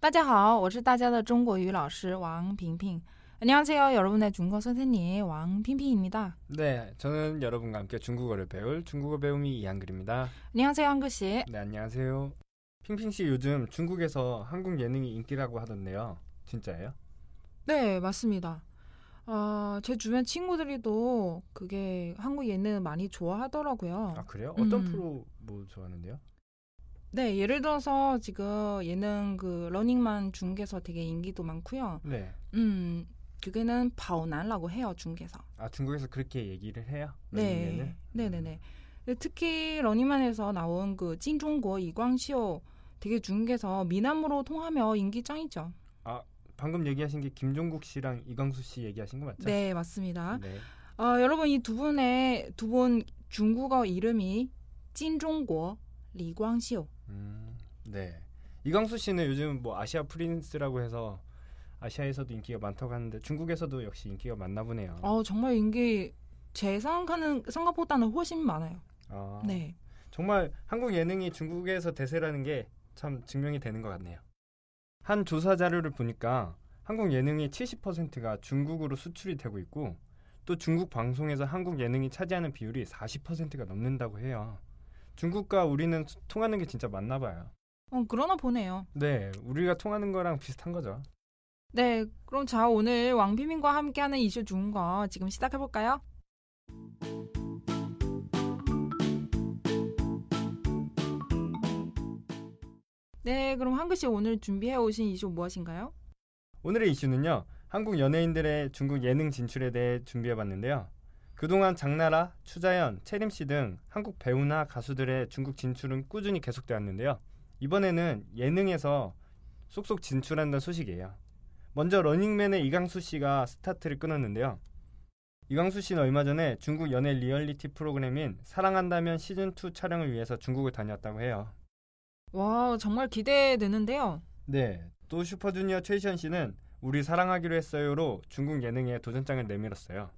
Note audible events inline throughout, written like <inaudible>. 따지하 我是大家的中国语老师王平平 안녕하세요 여러분의 중국어 선생님 왕핑핑입니다. 네, 저는 여러분과 함께 중국어를 배울 중국어 배움이 이한글입니다. 안녕하세요 한글씨 네, 안녕하세요. 핑핑 씨 요즘 중국에서 한국 예능이 인기라고 하던데요. 진짜예요? 네, 맞습니다. 아, 제 주변 친구들이도 그게 한국 예능 많이 좋아하더라고요. 아, 그래요? 어떤 음. 프로 뭐 좋아하는데요? 네, 예를 들어서 지금 예능 그 러닝만 중계서 되게 인기도 많고요. 네. 음, 그게는 바오난라고 해요, 중계서. 아, 중국에서 그렇게 얘기를 해요? 네. 예능? 네, 네, 네. 근데 특히 러닝만에서 나온 그 찐중고 이광시오 되게 중계서 미남으로 통하며 인기 짱이죠. 방금 얘기하신 게 김종국 씨랑 이광수 씨 얘기하신 거 맞죠? 네, 맞습니다. 네. 아, 여러분 이 두 분의 두 분 중국어 이름이 찐중고 리광시오. 음, 네. 이광수 씨는 요즘 뭐 아시아 프린스라고 해서 아시아에서도 인기가 많다고 하는데 중국에서도 역시 인기가 많나 보네요. 어 정말 인기 제 생각하는 생각보다는 훨씬 많아요. 아, 네. 정말 한국 예능이 중국에서 대세라는 게 참 증명이 되는 것 같네요. 한 조사 자료를 보니까 한국 예능이 70%가 중국으로 수출이 되고 있고 또 중국 방송에서 한국 예능이 차지하는 비율이 40%가 넘는다고 해요. 중국과 우리는 수- 통하는 게 진짜 맞나 봐요. 어 그러나 보네요. 네, 우리가 통하는 거랑 비슷한 거죠. 네. 그럼 자 오늘 왕비민과 함께하는 이슈 중거 지금 시작해 볼까요? 네, 그럼 한글 씨 오늘 준비해 오신 이슈 무엇인가요? 오늘의 이슈는요. 한국 연예인들의 중국 예능 진출에 대해 준비해봤는데요. 그동안 장나라, 추자연, 채림 씨 등 한국 배우나 가수들의 중국 진출은 꾸준히 계속되었는데요. 이번에는 예능에서 쏙쏙 진출한다는 소식이에요. 먼저 러닝맨의 이강수 씨가 스타트를 끊었는데요. 이강수 씨는 얼마 전에 중국 연예 리얼리티 프로그램인 사랑한다면 시즌2 촬영을 위해서 중국을 다녔다고 해요. 와, 정말 기대되는데요. 네. 또 슈퍼주니어 최시현 씨는 우리 사랑하기로 했어요로 중국 예능에 도전장을 내밀었어요.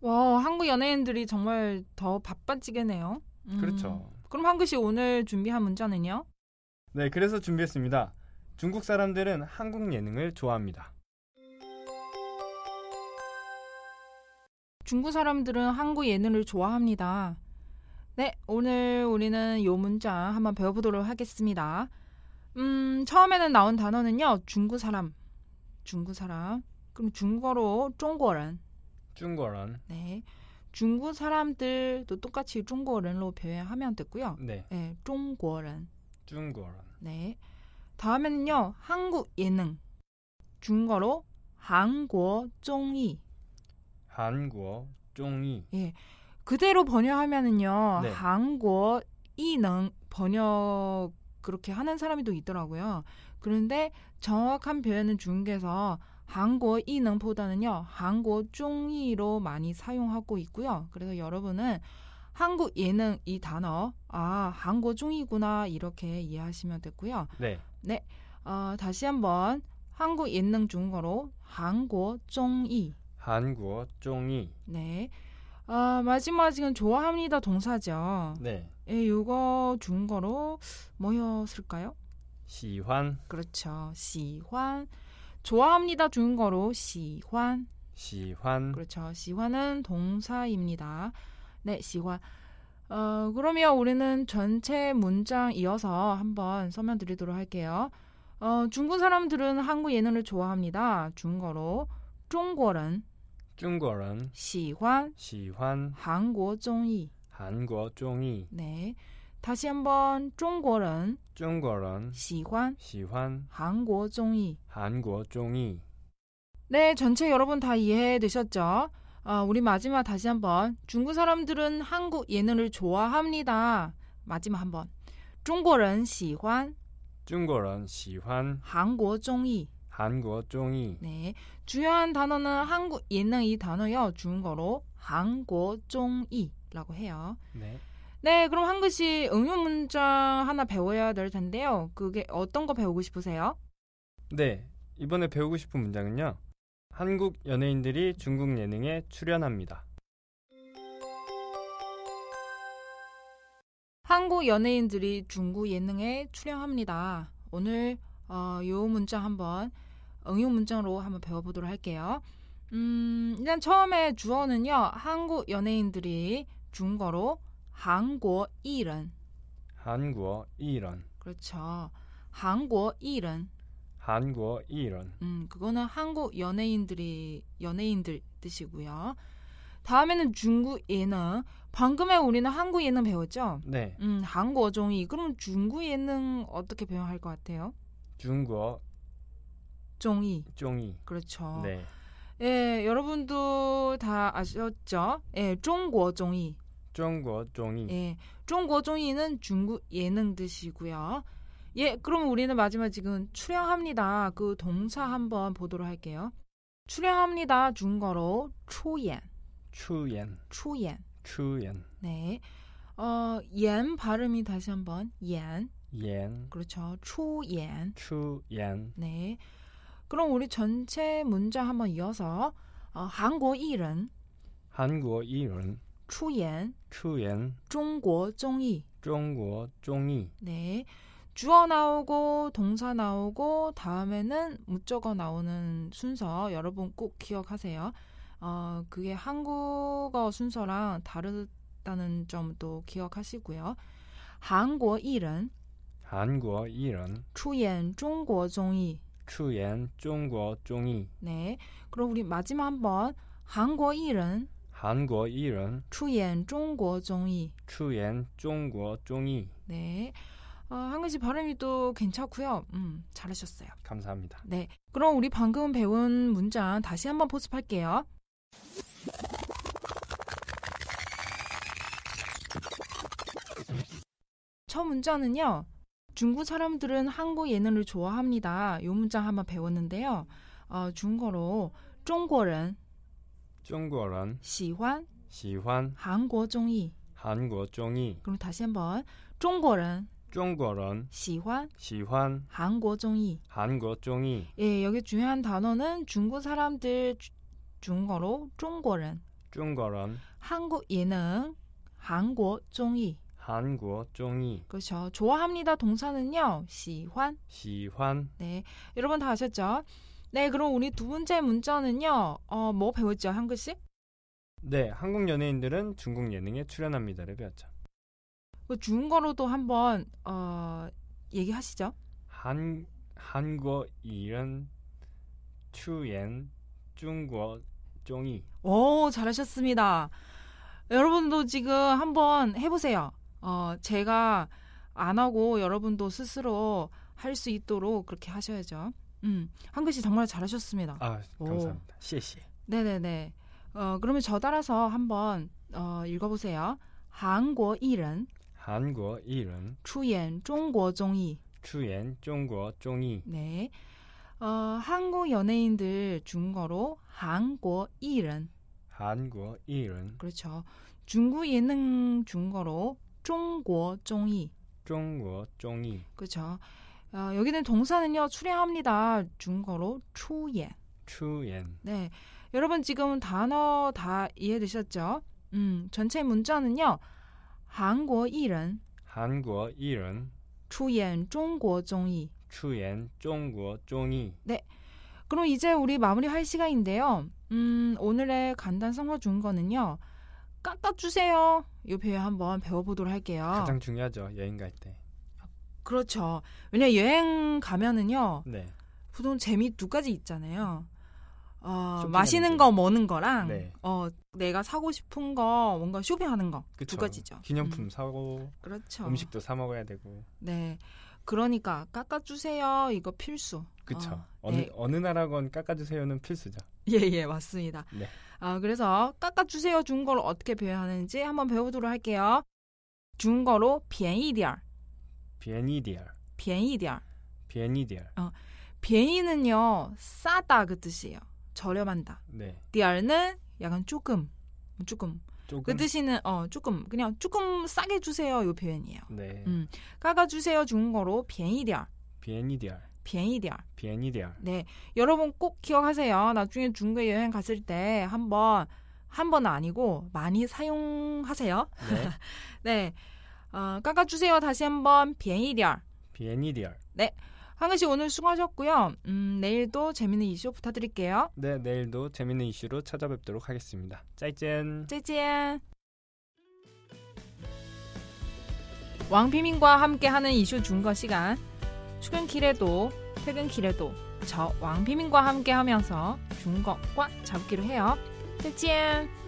와, 한국 연예인들이 정말 더 바빠지겠네요. 음, 그렇죠. 그럼 한글 씨 오늘 준비한 문자는요? 네, 그래서 준비했습니다. 중국 사람들은 한국 예능을 좋아합니다. 중국 사람들은 한국 예능을 좋아합니다. 네, 오늘 우리는 요 문자 한번 배워보도록 하겠습니다. 음, 처음에는 나온 단어는요, 중국 사람. 중국 사람. 그럼 중국어로 중국인. 중국어란. 네. 중국 사람들도 똑같이 중국인로 표현하면 됐고요. 네, 네, 중국인. 중국어란. 네. 다음에는요, 한국 예능. 중국어로 한국 종이. 한국어 종이. 그대로 번역하면은요 네. 한국 이능 번역 그렇게 하는 사람이 또 있더라고요. 그런데 정확한 표현은 중국에서 한국 이능보다는요 한국 종이로 많이 사용하고 있고요. 그래서 여러분은 한국 예능 이 단어 아 한국 종이구나 이렇게 이해하시면 됐고요. 네. 어, 다시 한번 한국 예능 중국어로 한국 종이 한국어 종이. 네. 아, 마지막은 좋아합니다 동사죠. 네. 예, 이거 중거로 뭐였을까요? 시환, 그렇죠. 시환. 좋아합니다 중거로 시환. 시환. 그렇죠. 시환은 동사입니다. 네, 시환. 어, 그러면 우리는 전체 문장 이어서 한번 설명 드리도록 할게요. 어, 중국 사람들은 한국 예능을 좋아합니다. 중거로 중국인 중국어란. 시환 시환, 한국 종이. 한국어 종이. 네. 다시 한번 중국인 중국어란. 喜欢 시환, 한국 종이. 한국어 종이. 네, 전체 여러분 다 이해되셨죠? 아, 우리 마지막 다시 한번 중국 사람들은 한국 예능을 좋아합니다. 마지막 한번. 중국인 喜欢 중국어란 시환, 한국 종이. 한국어 종이 네. 주요한 단어는 한국 예능 이 단어요. 중국어로 한국종이라고 해요. 네. 네, 그럼 한 글씨 응용 문장 하나 배워야 될 텐데요. 그게 어떤 거 배우고 싶으세요? 네. 이번에 배우고 싶은 문장은요. 한국 연예인들이 중국 예능에 출연합니다. 한국 연예인들이 중국 예능에 출연합니다. 오늘 어, 요 문장 한번 응용 문장으로 한번 배워보도록 할게요. 음, 일단 처음에 주어는요. 한국 연예인들이 중국어로 한국 이런 한국어 이런. 그렇죠. 한국 이런 한국어 이런. 음, 그거는 한국 연예인들이 연예인들 뜻이고요. 다음에는 중국 예능. 방금에 우리는 한국 예능 배웠죠? 네. 음, 한국어 종이. 그럼 중국 예능 어떻게 배워야 할 것 같아요? 중국어 종이. 종이. 그렇죠. 네. 예, 여러분도 다 아셨죠? 예, 중국어 종이. 중국어 종이. 예, 중국어 종이는 중국 예능 뜻이고요. 예, 그럼 우리는 마지막 지금 출연합니다. 그 동사 한번 보도록 할게요. 출연합니다. 중국어로 초연, 추연. 초연. 추연. 네. 어, 옌 발음이 다시 한번 옌. 연. 그렇죠. 초옌. 추연. 네. 그럼 우리 전체 문장 한번 이어서 어, 한국 이런 한국어 이런. 초옌, 추연. 중국 종이. 중국어 종이. 네. 주어 나오고 동사 나오고 다음에는 목적어 나오는 순서 여러분 꼭 기억하세요. 어, 그게 한국어 순서랑 다르다는 점도 기억하시고요. 한국 이런 한국어 이런. 出演 중국 종이. 추연. 중국어 종이. 네. 그럼 우리 마지막 한번 한국 이런 한국어 이런. 出演 중국 종이. 추연. 중국어 종이. 네. 어, 한글씨 발음이 또 괜찮고요. 음, 잘하셨어요. 감사합니다. 네. 그럼 우리 방금 배운 문장 다시 한번 포습할게요. 첫 문장은요. 중국 사람들은 한국 예능을 좋아합니다. 이 문장 한번 배웠는데요. 어, 중국어로 중국인 중국어는 喜欢 시환 한국 종이. 한국어 종이. 그럼 다시 한번 중국인 중국어는 喜欢 시환 한국 종이. 한국어 종이. 예, 여기 중요한 단어는 중국 사람들 주- 중국어로 중국인 중국어는 한국 예능, 한국 종이. 한국어 종이. 그렇죠. 좋아합니다 동사는요. 시환. 시환 네. 여러분 다 아셨죠? 네, 그럼 우리 두 번째 문자는요. 어, 뭐 배웠죠? 한 글씩? 네, 한국 연예인들은 중국 예능에 출연합니다를 배웠죠. 그 중국어로도 한번 어, 얘기하시죠. 한 한국어 이런 출연 중국어 종이. 오, 잘하셨습니다. 여러분도 지금 한번 해보세요. 어, 제가 안 하고 여러분도 스스로 할 수 있도록 그렇게 하셔야죠. 음, 한 글씨 정말 잘하셨습니다. 아, 오. 감사합니다. 谢谢. 네네네. 어, 그러면 저 따라서 한번 어, 읽어보세요. 한국 이런 한국어 이런 출연 중국 종이. 출연 중국어 종이. 네. 어, 한국 연예인들 중국어로 한국 이런. 한국어 이런 그렇죠. 중국 예능 중국어로 중국 종이. 중국어 종이. 그렇죠. 어, 여기는 동사는요. 출연합니다. 중국어로 출연. 출연 네. 여러분 지금 단어 다 이해되셨죠? 음, 전체 문자는요. 한국 이런 한국어 이런 출연 중국 종이. 출연 중국어 종이. 그럼 이제 우리 마무리할 시간인데요. 음, 오늘의 간단 성어 중거는요. 깎아주세요. 이 표현 한번 배워보도록 할게요. 가장 중요하죠 여행 갈 때. 그렇죠. 왜냐 여행 가면은요. 네. 보통 재미 두 가지 있잖아요. 어, 쇼핑하는 마시는 재미. 거 먹는 거랑 네. 어, 내가 사고 싶은 거 뭔가 쇼핑하는 거 두 그쵸. 가지죠. 기념품 음, 사고 그렇죠. 음식도 사 먹어야 되고. 네. 그러니까 깎아주세요. 이거 필수. 그쵸. 어, <laughs> 어느 네. 어느 나라건 깎아주세요는 필수죠. 예예 맞습니다. 네. 아 그래서 깎아주세요 중국어로 어떻게 표현하는지 한번 배워보도록 할게요. 중국어로 便宜点儿, 비엔이디얼, 便宜点儿, 비엔이디얼, 便宜는요 싸다 그 뜻이에요. 저렴한다. 네. 第二는 약간 조금 조금 조금 그 뜻이는 어 조금 그냥 조금 싸게 주세요 요 표현이에요. 네. 음. 깎아 주세요 중국어로 便宜点儿, 비엔이디알. 便宜点儿. 비엔이디알. 네, 여러분 꼭 기억하세요. 나중에 중국에 여행 갔을 때 한번 한 번 아니고 많이 사용하세요. <laughs> 네. 네, 어, 깎아주세요. 다시 한번 비엔이디얼. 비엔이디알. 한글씨 오늘 수고하셨고요. 음, 내일도 재밌는 이슈 부탁드릴게요. 네, 내일도 재밌는 이슈로 찾아뵙도록 하겠습니다. 짜이젠. 짜잔. 왕피민과 함께하는 이슈 중거 시간. 출근길에도 퇴근길에도 저 왕피민과 함께하면서 중거꽉 잡기로 해요. 짜잔.